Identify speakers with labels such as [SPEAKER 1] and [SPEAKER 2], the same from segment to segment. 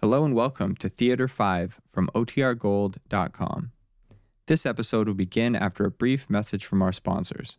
[SPEAKER 1] Hello and welcome to Theater 5 from OTRGold.com. This episode will begin after a brief message from our sponsors.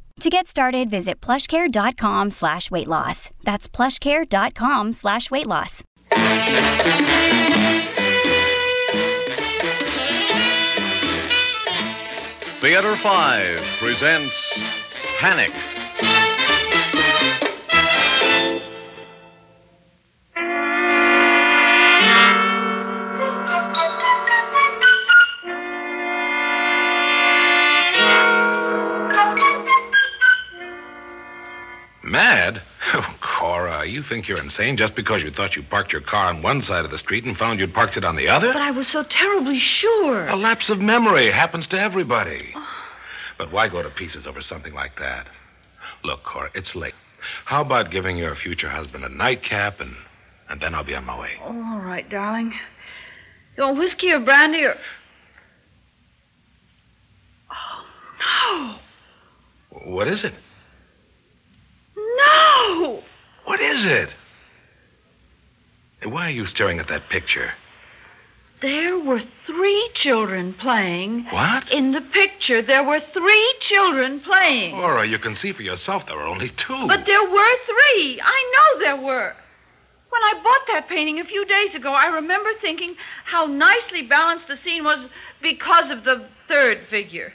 [SPEAKER 2] To get started, visit plushcare.com slash weight loss. That's plushcare.com slash weight loss.
[SPEAKER 3] Theater 5 presents Panic. Mad? Oh, Cora, you think you're insane just because you thought you parked your car on one side of the street and found you'd parked it on the other?
[SPEAKER 4] But I was so terribly sure.
[SPEAKER 3] A lapse of memory happens to everybody. But why go to pieces over something like that? Look, Cora, it's late. How about giving your future husband a nightcap and and then I'll be on my way.
[SPEAKER 4] Oh, all right, darling. You want whiskey or brandy or. Oh,
[SPEAKER 3] What is it?
[SPEAKER 4] no! No!
[SPEAKER 3] What is it? Why are you staring at that picture?
[SPEAKER 4] There were three children playing.
[SPEAKER 3] What?
[SPEAKER 4] In the picture, there were three children playing.
[SPEAKER 3] Cora, you can see for yourself there are only two.
[SPEAKER 4] But there were three. I know there were. When I bought that painting a few days ago, I remember thinking how nicely balanced the scene was because of the third figure.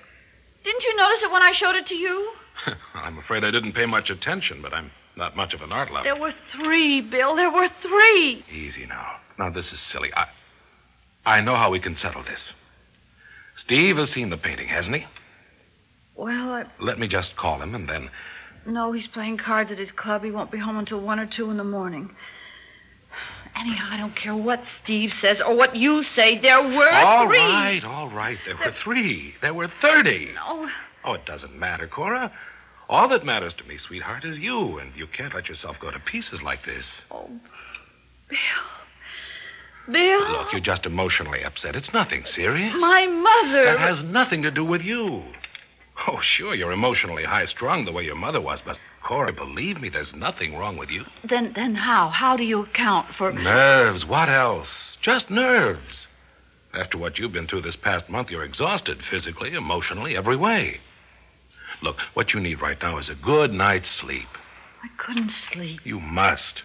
[SPEAKER 4] Didn't you notice it when I showed it to you?
[SPEAKER 3] I'm afraid I didn't pay much attention, but I'm not much of an art lover.
[SPEAKER 4] There were three, Bill. There were three.
[SPEAKER 3] Easy now. Now, this is silly. I, I know how we can settle this. Steve has seen the painting, hasn't he?
[SPEAKER 4] Well, I...
[SPEAKER 3] Let me just call him, and then
[SPEAKER 4] no, he's playing cards at his club. He won't be home until one or two in the morning. Anyhow, I don't care what Steve says or what you say. There were
[SPEAKER 3] All
[SPEAKER 4] three.
[SPEAKER 3] right, all right. There were three. There were 30.
[SPEAKER 4] Oh,
[SPEAKER 3] Oh, it doesn't matter, Cora. All that matters to me, sweetheart, is you, and you can't let yourself go to pieces like this.
[SPEAKER 4] oh, Bill. Bill.
[SPEAKER 3] Look, you're just emotionally upset. It's nothing serious.
[SPEAKER 4] My mother.
[SPEAKER 3] That has nothing to do with you. Oh, sure, you're emotionally high strung the way your mother was, but Cora, believe me, there's nothing wrong with you.
[SPEAKER 4] Then, then how? How do you account for?
[SPEAKER 3] Nerves, what else? Just nerves. After what you've been through this past month, you're exhausted physically, emotionally, every way. Look, what you need right now is a good night's sleep.
[SPEAKER 4] I couldn't sleep.
[SPEAKER 3] You must.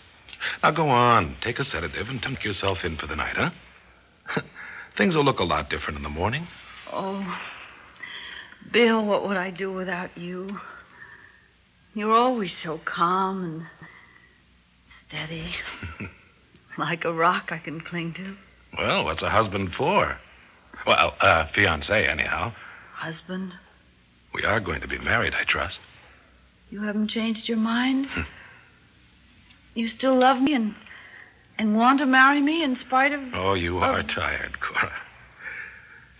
[SPEAKER 3] Now go on, take a sedative and tuck yourself in for the night, huh? Things will look a lot different in the morning.
[SPEAKER 4] Oh, Bill, what would I do without you? You're always so calm and steady, like a rock I can cling to.
[SPEAKER 3] Well, what's a husband for? Well, uh, fiance, anyhow.
[SPEAKER 4] Husband,
[SPEAKER 3] We are going to be married, I trust.
[SPEAKER 4] you haven't changed your mind. you still love me and and want to marry me in spite of.
[SPEAKER 3] Oh, you are tired, Cora.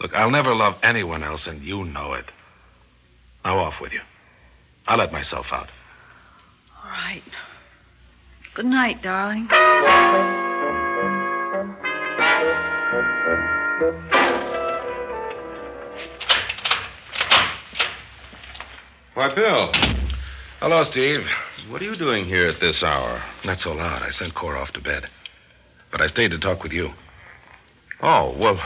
[SPEAKER 3] Look, I'll never love anyone else, and you know it. Now off with you. I'll let myself out.
[SPEAKER 4] All right. Good night, darling.
[SPEAKER 3] Why, Bill.
[SPEAKER 5] Hello, Steve.
[SPEAKER 3] What are you doing here at this hour?
[SPEAKER 5] Not so loud. I sent Cora off to bed. But I stayed to talk with you.
[SPEAKER 3] Oh, well.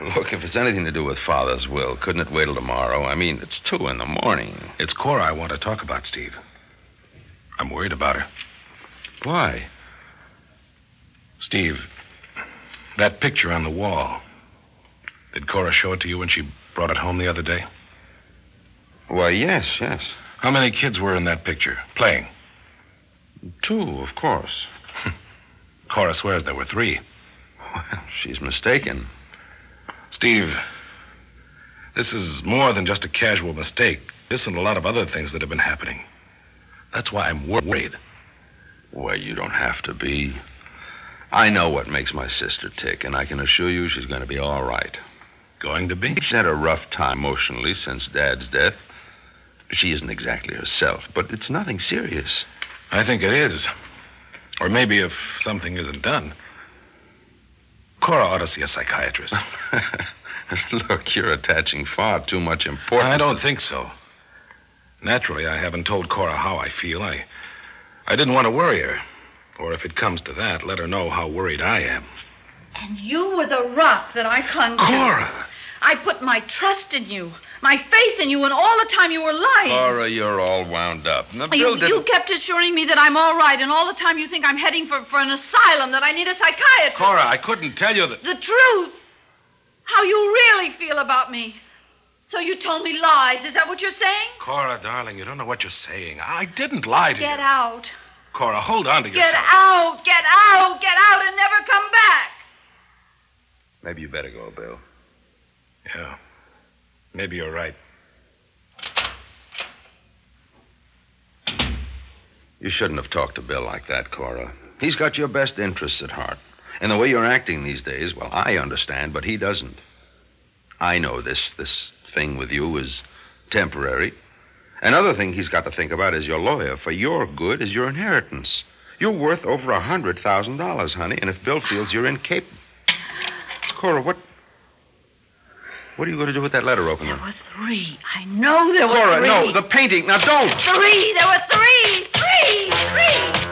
[SPEAKER 3] Look, if it's anything to do with Father's will, couldn't it wait till tomorrow? I mean, it's two in the morning.
[SPEAKER 5] It's Cora I want to talk about, Steve. I'm worried about her.
[SPEAKER 3] Why?
[SPEAKER 5] Steve, that picture on the wall. Did Cora show it to you when she brought it home the other day?
[SPEAKER 3] Why, yes, yes.
[SPEAKER 5] How many kids were in that picture, playing?
[SPEAKER 3] Two, of course.
[SPEAKER 5] Cora swears there were three.
[SPEAKER 3] Well, she's mistaken.
[SPEAKER 5] Steve, this is more than just a casual mistake. This and a lot of other things that have been happening. That's why I'm worried.
[SPEAKER 3] Well, you don't have to be. I know what makes my sister tick, and I can assure you she's going to be all right.
[SPEAKER 5] Going to be?
[SPEAKER 3] She's had a rough time emotionally since Dad's death. She isn't exactly herself, but it's nothing serious.
[SPEAKER 5] I think it is. Or maybe if something isn't done. Cora ought to see a psychiatrist.
[SPEAKER 3] Look, you're attaching far too much importance.
[SPEAKER 5] I don't think so. Naturally, I haven't told Cora how I feel. I, I didn't want to worry her. Or if it comes to that, let her know how worried I am.
[SPEAKER 4] And you were the rock that I clung to.
[SPEAKER 5] Cora!
[SPEAKER 4] I put my trust in you, my faith in you, and all the time you were lying.
[SPEAKER 3] Laura, you're all wound up. Now,
[SPEAKER 4] You,
[SPEAKER 3] Bill didn't-
[SPEAKER 4] you kept assuring me that I'm all right, and all the time you think I'm heading for, for an asylum, that I need a psychiatrist.
[SPEAKER 5] Cora, I couldn't tell you that.
[SPEAKER 4] The truth. How you really feel about me. So you told me lies. Is that what you're saying?
[SPEAKER 5] Cora, darling, you don't know what you're saying. I didn't lie to you.
[SPEAKER 4] Get out.
[SPEAKER 5] Cora, hold on to
[SPEAKER 4] Get
[SPEAKER 5] yourself.
[SPEAKER 4] out. Get out. Get out and never come back.
[SPEAKER 3] Maybe you better go, Bill.
[SPEAKER 5] Yeah. Maybe you're right.
[SPEAKER 3] You shouldn't have talked to Bill like that, Cora. He's got your best interests at heart. And the way you're acting these days, well, I understand, but he doesn't. I know this this thing with you is temporary. Another thing he's got to think about is your lawyer. For your good is your inheritance. You're worth over a hundred thousand dollars, honey, and if Bill feels you're incapable Cora, what what are you going to do with that letter
[SPEAKER 4] There
[SPEAKER 3] opener?
[SPEAKER 4] were three. I know there were
[SPEAKER 3] Cora,
[SPEAKER 4] three.
[SPEAKER 3] no, the painting. Now don't!
[SPEAKER 4] Three. There were three. Three. Three.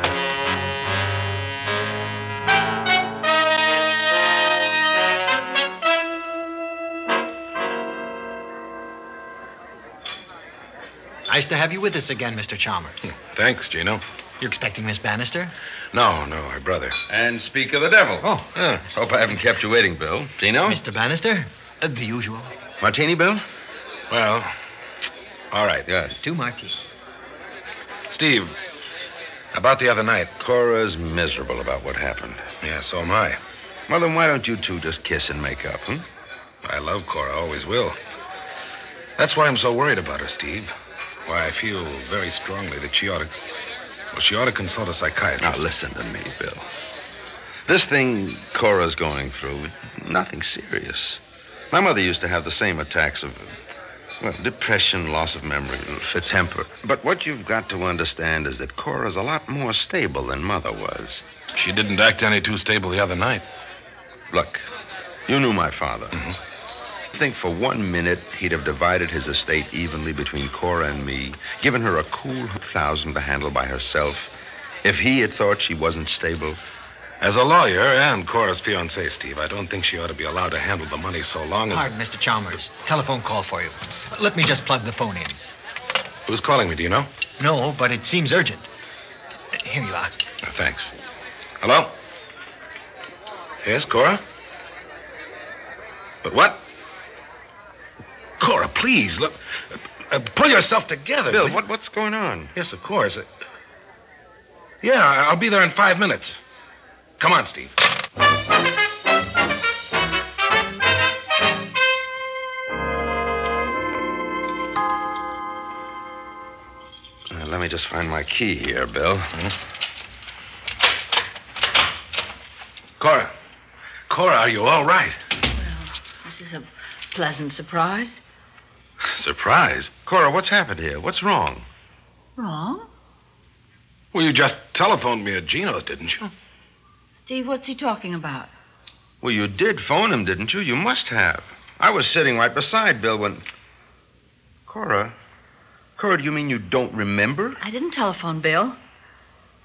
[SPEAKER 6] Nice to have you with us again, Mr. Chalmers.
[SPEAKER 5] Thanks, Gino.
[SPEAKER 6] You're expecting Miss Bannister?
[SPEAKER 5] No, no, her brother.
[SPEAKER 3] And speak of the devil.
[SPEAKER 6] Oh.
[SPEAKER 3] Yeah. Hope I haven't kept you waiting, Bill. Gino?
[SPEAKER 6] Mr. Bannister? Uh, the usual.
[SPEAKER 3] Martini, Bill?
[SPEAKER 5] Well, all right.
[SPEAKER 3] Yes.
[SPEAKER 6] Two marquis.
[SPEAKER 5] Steve, about the other night.
[SPEAKER 3] Cora's miserable about what happened.
[SPEAKER 5] Yeah, so am I.
[SPEAKER 3] Well, then why don't you two just kiss and make up, hmm?
[SPEAKER 5] I love Cora, always will. That's why I'm so worried about her, Steve. Why I feel very strongly that she ought to. Well, she ought to consult a
[SPEAKER 3] Now,
[SPEAKER 5] psychiatrist.
[SPEAKER 3] listen to me, Bill. This thing Cora's going through, nothing serious. My mother used to have the same attacks of, well, depression, loss of memory, a temper. But what you've got to understand is that Cora's a lot more stable than Mother was.
[SPEAKER 5] She didn't act any too stable the other night.
[SPEAKER 3] Look, you knew my father.
[SPEAKER 5] Mm-hmm.
[SPEAKER 3] Think for one minute he'd have divided his estate evenly between Cora and me, given her a cool thousand to handle by herself, if he had thought she wasn't stable.
[SPEAKER 5] As a lawyer and Cora's fiancé, Steve, I don't think she ought to be allowed to handle the money so long as.
[SPEAKER 6] Pardon, Mr. Chalmers. Telephone call for you. Let me just plug the phone in.
[SPEAKER 5] Who's calling me, do you know?
[SPEAKER 6] No, but it seems urgent. Uh, Here you are.
[SPEAKER 5] Uh, thanks. Hello? Yes, Cora? But what? Cora, please, look. Uh, uh, pull yourself together.
[SPEAKER 3] Bill,
[SPEAKER 5] will you?
[SPEAKER 3] what, what's going on?
[SPEAKER 5] Yes, of course. Uh, yeah, I- I'll be there in five minutes. Come on, Steve.
[SPEAKER 3] Uh, let me just find my key here, Bill. Hmm?
[SPEAKER 5] Cora. Cora, are you all right?
[SPEAKER 4] This is a pleasant surprise.
[SPEAKER 5] Surprise.
[SPEAKER 3] Cora, what's happened here? What's wrong?
[SPEAKER 4] Wrong?
[SPEAKER 5] Well, you just telephoned me at Gino's, didn't you?
[SPEAKER 4] Steve, what's he talking about?
[SPEAKER 3] Well, you did phone him, didn't you? You must have. I was sitting right beside Bill when. Cora, Cora, do you mean you don't remember?
[SPEAKER 4] I didn't telephone Bill.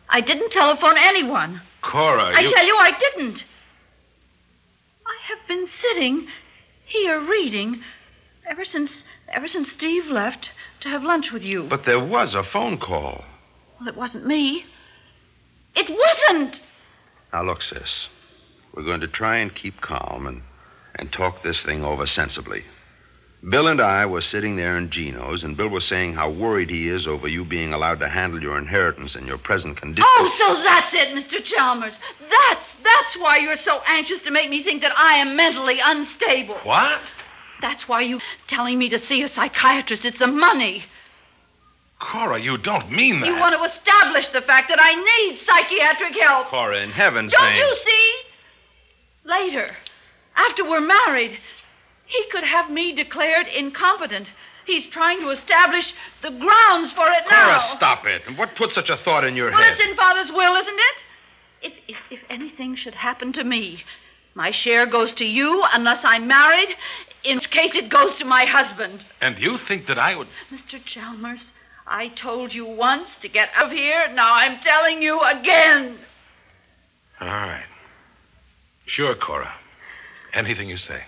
[SPEAKER 4] I didn't telephone anyone.
[SPEAKER 5] Cora,
[SPEAKER 4] I tell you, I didn't. I have been sitting here reading ever since ever since Steve left to have lunch with you.
[SPEAKER 5] But there was a phone call.
[SPEAKER 4] Well, it wasn't me. It wasn't.
[SPEAKER 3] Now, look, sis. We're going to try and keep calm and, and talk this thing over sensibly. Bill and I were sitting there in Gino's, and Bill was saying how worried he is over you being allowed to handle your inheritance in your present condition.
[SPEAKER 4] Oh, so that's it, Mr. Chalmers. That's that's why you're so anxious to make me think that I am mentally unstable.
[SPEAKER 5] What?
[SPEAKER 4] That's why you telling me to see a psychiatrist. It's the money.
[SPEAKER 5] Cora, you don't mean that.
[SPEAKER 4] You want to establish the fact that I need psychiatric help.
[SPEAKER 3] Cora, in heaven's
[SPEAKER 4] Don't
[SPEAKER 3] name.
[SPEAKER 4] you see? Later, after we're married, he could have me declared incompetent. He's trying to establish the grounds for it now.
[SPEAKER 3] Cora, stop it. And what put such a thought in your
[SPEAKER 4] Well,
[SPEAKER 3] head?
[SPEAKER 4] it's in Father's will, isn't it? If, if, if anything should happen to me, my share goes to you unless I'm married, in which case it goes to my husband.
[SPEAKER 5] And you think that I would.
[SPEAKER 4] Mr. Chalmers, I told you once to get out of here. Now I'm telling you again.
[SPEAKER 5] All right. Sure, Cora. Anything you say.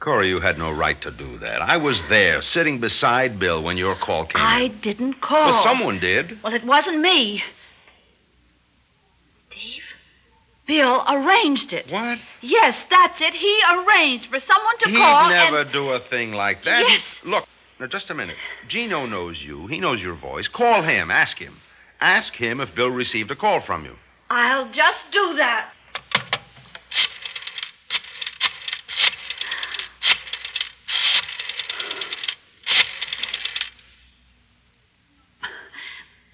[SPEAKER 3] Cora, you had no right to do that. I was there, sitting beside Bill when your call came.
[SPEAKER 4] I
[SPEAKER 3] in.
[SPEAKER 4] didn't call.
[SPEAKER 3] Well, someone did.
[SPEAKER 4] Well, it wasn't me. Steve? Bill arranged it.
[SPEAKER 3] What?
[SPEAKER 4] Yes, that's it. He arranged for someone to
[SPEAKER 3] He'd
[SPEAKER 4] call.
[SPEAKER 3] never
[SPEAKER 4] and...
[SPEAKER 3] do a thing like that.
[SPEAKER 4] Yes.
[SPEAKER 3] Look, now just a minute. Gino knows you. He knows your voice. Call him. Ask him. Ask him if Bill received a call from you.
[SPEAKER 4] I'll just do that.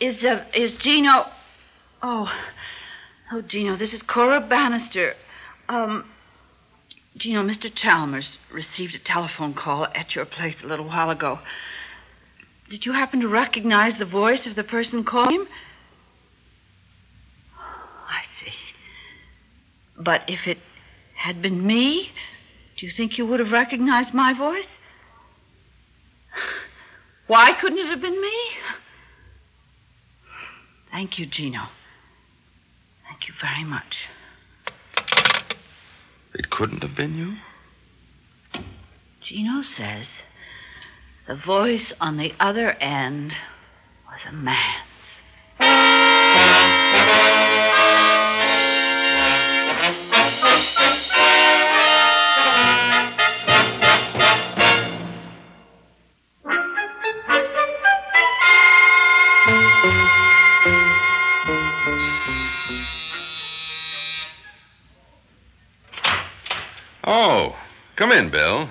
[SPEAKER 4] Is uh, is Gino? Oh, oh, Gino, this is Cora Bannister. Um, Gino, Mr. Chalmers received a telephone call at your place a little while ago. Did you happen to recognize the voice of the person calling him? I see. But if it had been me, do you think you would have recognized my voice? Why couldn't it have been me? Thank you, Gino. Thank you very much.
[SPEAKER 3] It couldn't have been you?
[SPEAKER 4] Gino says the voice on the other end was a man's.
[SPEAKER 3] Oh, come in, Bill.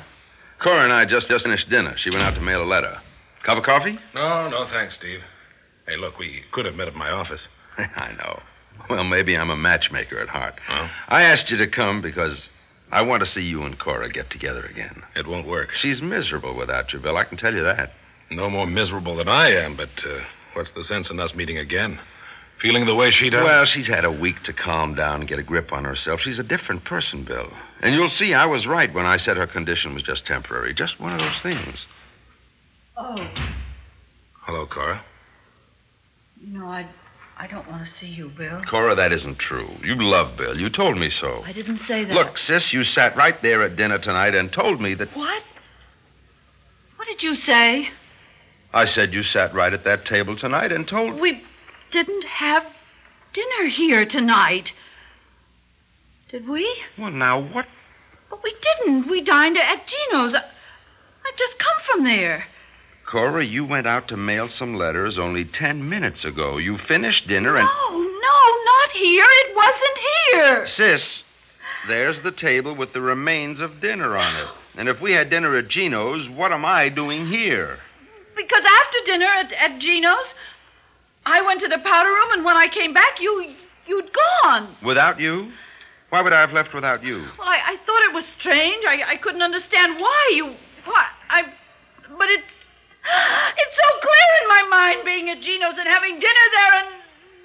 [SPEAKER 3] Cora and I just, just finished dinner. She went out to mail a letter. Cup of coffee?
[SPEAKER 5] No, no, thanks, Steve. Hey, look, we could have met at my office.
[SPEAKER 3] I know. Well, maybe I'm a matchmaker at heart.
[SPEAKER 5] Huh?
[SPEAKER 3] I asked you to come because I want to see you and Cora get together again.
[SPEAKER 5] It won't work.
[SPEAKER 3] She's miserable without you, Bill. I can tell you that.
[SPEAKER 5] No more miserable than I am, but uh, what's the sense in us meeting again? Feeling the way she does?
[SPEAKER 3] Well, she's had a week to calm down and get a grip on herself. She's a different person, Bill. And you'll see I was right when I said her condition was just temporary. Just one of those things.
[SPEAKER 4] Oh,
[SPEAKER 5] Hello, Cora.
[SPEAKER 4] you know, I, I don't want to see you, Bill.
[SPEAKER 3] Cora, that isn't true. You love Bill. You told me so.
[SPEAKER 4] I didn't say that.
[SPEAKER 3] Look, sis, you sat right there at dinner tonight and told me that.
[SPEAKER 4] What? What did you say?
[SPEAKER 3] I said you sat right at that table tonight and told
[SPEAKER 4] We didn't have dinner here tonight. Did we?
[SPEAKER 3] Well, now what?
[SPEAKER 4] But we didn't. We dined at Gino's. I- I've just come from there.
[SPEAKER 3] Cora, you went out to mail some letters only ten minutes ago. You finished dinner and.
[SPEAKER 4] No, no, not here. It wasn't here.
[SPEAKER 3] Sis, there's the table with the remains of dinner on it. And if we had dinner at Gino's, what am I doing here?
[SPEAKER 4] Because after dinner at, at Gino's, I went to the powder room, and when I came back, you you'd gone.
[SPEAKER 3] Without you? Why would I have left without you?
[SPEAKER 4] Well, I, I thought it was strange. I, I couldn't understand why you. Why I. But it's. It's so clear in my mind being at Gino's and having dinner there and.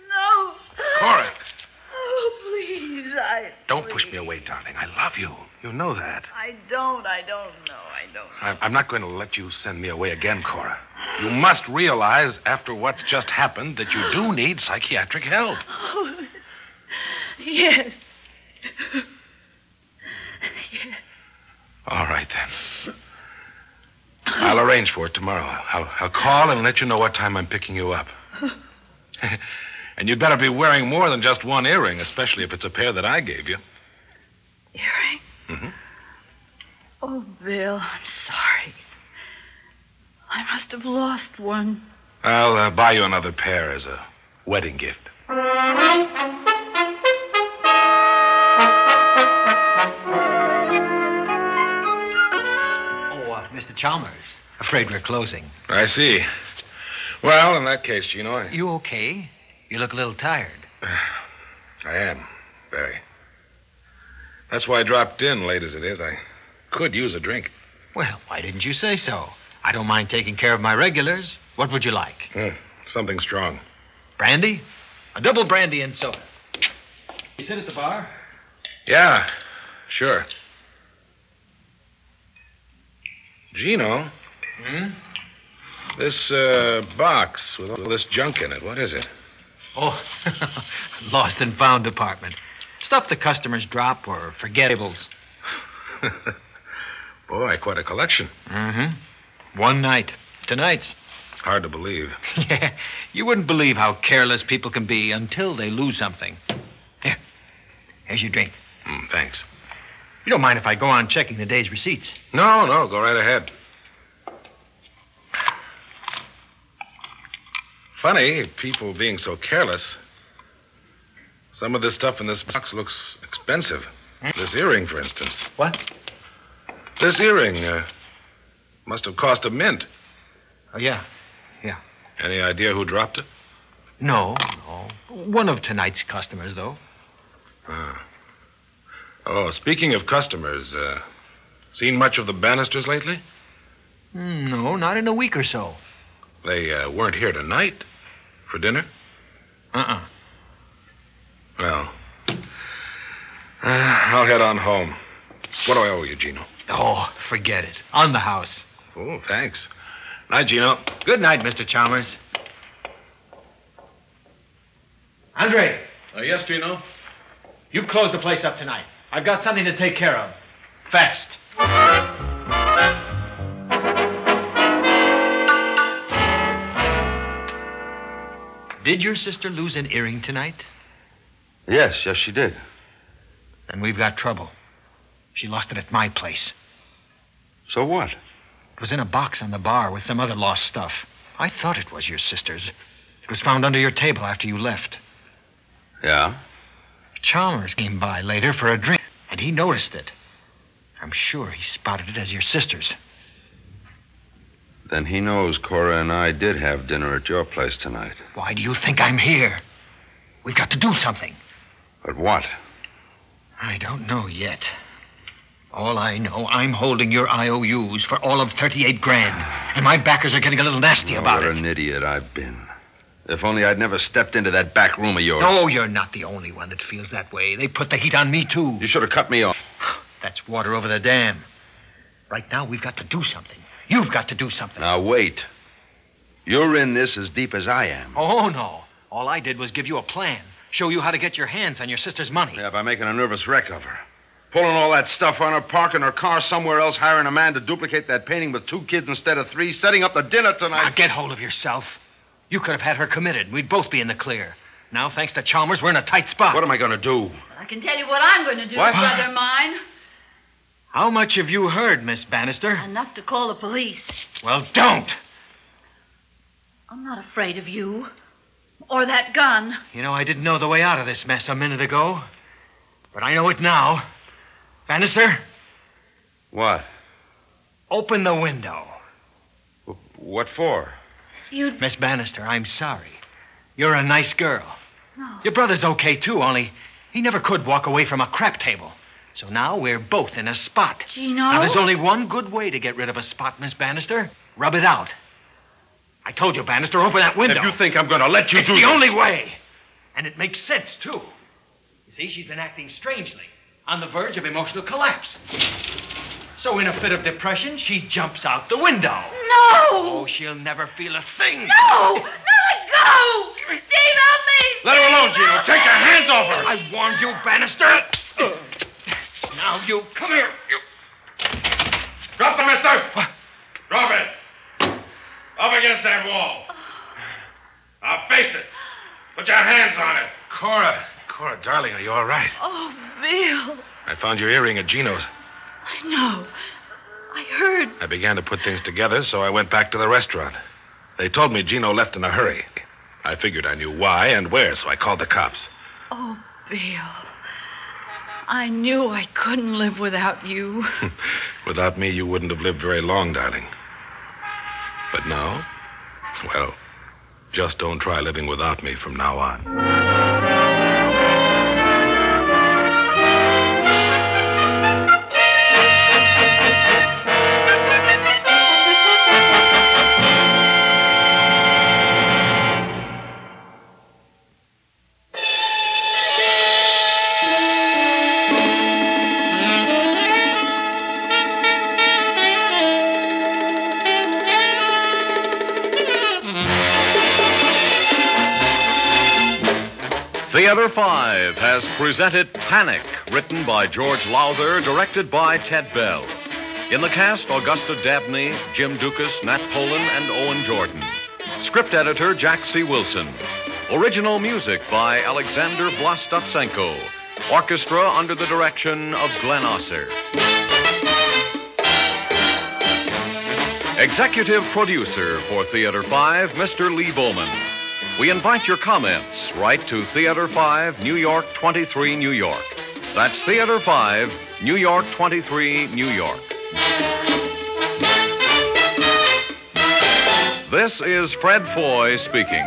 [SPEAKER 4] No.
[SPEAKER 5] Cora,
[SPEAKER 4] Oh, please, I.
[SPEAKER 5] don't push me away, darling. I love you. You know that.
[SPEAKER 4] I don't, I don't know, I don't.
[SPEAKER 5] I- I'm not going to let you send me away again, Cora. You must realize, after what's just happened, that you do need psychiatric help.
[SPEAKER 4] Oh, yes.
[SPEAKER 5] All right, then. I'll arrange for it tomorrow. I'll, I'll call and let you know what time I'm picking you up. and you'd better be wearing more than just one earring, especially if it's a pair that I gave you.
[SPEAKER 4] Earring?
[SPEAKER 3] Mm-hmm.
[SPEAKER 5] Mhm.
[SPEAKER 4] Oh, Bill, I'm sorry. I must have lost one.
[SPEAKER 5] I'll uh, buy you another pair as a wedding gift.
[SPEAKER 6] Oh, uh, Mr. Chalmers. Afraid we're closing.
[SPEAKER 5] I see. Well, in that case, Gino, I,
[SPEAKER 6] You okay? You look a little tired.
[SPEAKER 5] I am. Very. That's why I dropped in, late as it is. I could use a drink.
[SPEAKER 6] Well, why didn't you say so? I don't mind taking care of my regulars. What would you like?
[SPEAKER 5] Hmm, something strong.
[SPEAKER 6] Brandy? A double brandy and soda. You sit at the bar?
[SPEAKER 5] Yeah, sure. Gino,
[SPEAKER 6] Hmm?
[SPEAKER 5] this uh, box with all this junk in it, what is it?
[SPEAKER 6] Oh, lost and found department. Stuff the customers drop or forgettables.
[SPEAKER 5] Boy, quite a collection.
[SPEAKER 6] Mm-hmm. One night. Tonight's.
[SPEAKER 5] Hard to believe.
[SPEAKER 6] Yeah. You wouldn't believe how careless people can be until they lose something. Here. Here's your drink.
[SPEAKER 5] Hmm, thanks.
[SPEAKER 6] You don't mind if I go on checking the day's receipts.
[SPEAKER 5] No, no, go right ahead. Funny, people being so careless. Some of this stuff in this box looks expensive.
[SPEAKER 6] Hmm?
[SPEAKER 5] This earring, for instance.
[SPEAKER 6] What?
[SPEAKER 5] This earring uh, must have cost a mint.
[SPEAKER 6] Oh, yeah. Yeah.
[SPEAKER 5] Any idea who dropped it?
[SPEAKER 6] No, no. One of tonight's customers, though.
[SPEAKER 5] Ah. Oh, speaking of customers, uh, seen much of the Bannisters lately?
[SPEAKER 6] Hmm, No, not in a week or so.
[SPEAKER 5] They uh, weren't here tonight for dinner.
[SPEAKER 6] Uh-uh.
[SPEAKER 5] Well, uh, I'll head on home. What do I owe you, Gino?
[SPEAKER 6] Oh, forget it. On the house.
[SPEAKER 5] Oh, thanks. Night, Gino.
[SPEAKER 6] Good night, Mr. Chalmers. Andre,
[SPEAKER 3] Uh,
[SPEAKER 5] yes, Gino.
[SPEAKER 6] you close the place up tonight. I've got something to take care of. Fast. Did your sister lose an earring tonight?
[SPEAKER 3] Yes, yes, she did.
[SPEAKER 6] Then we've got trouble. She lost it at my place.
[SPEAKER 3] So what?
[SPEAKER 6] It was in a box on the bar with some other lost stuff. I thought it was your sister's. It was found under your table after you left.
[SPEAKER 3] Yeah?
[SPEAKER 6] Chalmers came by later for a drink, and he noticed it. I'm sure he spotted it as your sister's.
[SPEAKER 3] Then he knows Cora and I did have dinner at your place tonight.
[SPEAKER 6] Why do you think I'm here? We've got to do something.
[SPEAKER 3] But what?
[SPEAKER 6] I don't know yet. All I know, I'm holding your IOUs for all of 38 grand, and my backers are getting a little nasty about
[SPEAKER 3] what
[SPEAKER 6] it.
[SPEAKER 3] an idiot I've been. If only I'd never stepped into that back room of yours.
[SPEAKER 6] No, you're not the only one that feels that way. They put the heat on me, too.
[SPEAKER 3] You should have cut me off.
[SPEAKER 6] That's water over the dam. Right now, we've got to do something. You've got to do something.
[SPEAKER 3] Now, wait. You're in this as deep as I am.
[SPEAKER 6] Oh, no. All I did was give you a plan, show you how to get your hands on your sister's money.
[SPEAKER 3] Yeah, by making a nervous wreck of her. Pulling all that stuff on her, parking her car somewhere else, hiring a man to duplicate that painting with two kids instead of three, setting up the dinner
[SPEAKER 6] Now,
[SPEAKER 3] tonight.
[SPEAKER 6] get hold of yourself. You could have had her committed, and we'd both be in the clear. Now, thanks to Chalmers, we're in a tight spot.
[SPEAKER 3] What am I going to do?
[SPEAKER 4] I can tell you what I'm going to do,
[SPEAKER 3] What?
[SPEAKER 4] brother mine.
[SPEAKER 6] How much have you heard, Miss Bannister?
[SPEAKER 4] Enough to call the police.
[SPEAKER 6] Well, don't.
[SPEAKER 4] I'm not afraid of you. Or that gun.
[SPEAKER 6] You know, I didn't know the way out of this mess a minute ago, but I know it now. Bannister,
[SPEAKER 3] What?
[SPEAKER 6] open the window.
[SPEAKER 3] Wh- What for?
[SPEAKER 4] You'd.
[SPEAKER 6] Miss Bannister, I'm sorry. You're a nice girl.
[SPEAKER 4] No.
[SPEAKER 6] Your brother's okay, too, only he never could walk away from a crap table. So now we're both in a spot.
[SPEAKER 4] Gino?
[SPEAKER 6] Now, there's only one good way to get rid of a spot, Miss Bannister. Rub it out. I told you, Bannister, open that window.
[SPEAKER 3] If you think I'm going to let you
[SPEAKER 6] it's
[SPEAKER 3] do
[SPEAKER 6] the
[SPEAKER 3] this-
[SPEAKER 6] only way. And it makes sense, too. You see, she's been acting strangely. on the verge of emotional collapse. So, in a fit of depression, she jumps out the window.
[SPEAKER 4] No!
[SPEAKER 6] Oh, she'll never feel a thing.
[SPEAKER 4] No! No, let go! Dave, help me!
[SPEAKER 3] Let her alone, Gino. Take your hands off her.
[SPEAKER 6] I warned you, Bannister. Now, you come here. You.
[SPEAKER 3] Drop the mister. Drop it. Up against that wall. Now face it. Put your hands on it. Cora. Cora, darling, are you all right?
[SPEAKER 4] Oh, Bill.
[SPEAKER 3] I found your earring at Gino's.
[SPEAKER 4] I know. I heard.
[SPEAKER 3] I began to put things together, so I went back to the restaurant. They told me Gino left in a hurry. I figured I knew why and where, so I called the cops.
[SPEAKER 4] Oh, Bill. I knew I couldn't live without you.
[SPEAKER 3] Without me, you wouldn't have lived very long, darling. But now, well, just don't try living without me from now on.
[SPEAKER 5] Theater 5 has presented Panic, written by George Lowther, directed by Ted Bell. In the cast, Augusta Dabney, Jim Dukas, Nat Polan, and Owen Jordan. Script editor, Jack C. Wilson. Original music by Alexander Vlastotsenko. Orchestra under the direction of Glenn Osser. Executive producer for Theater 5, Mr. Lee Bowman. We invite your comments. Write to Theater 5, New York 23, New York. That's Theater 5, New York 23, New York. This is Fred Foy speaking.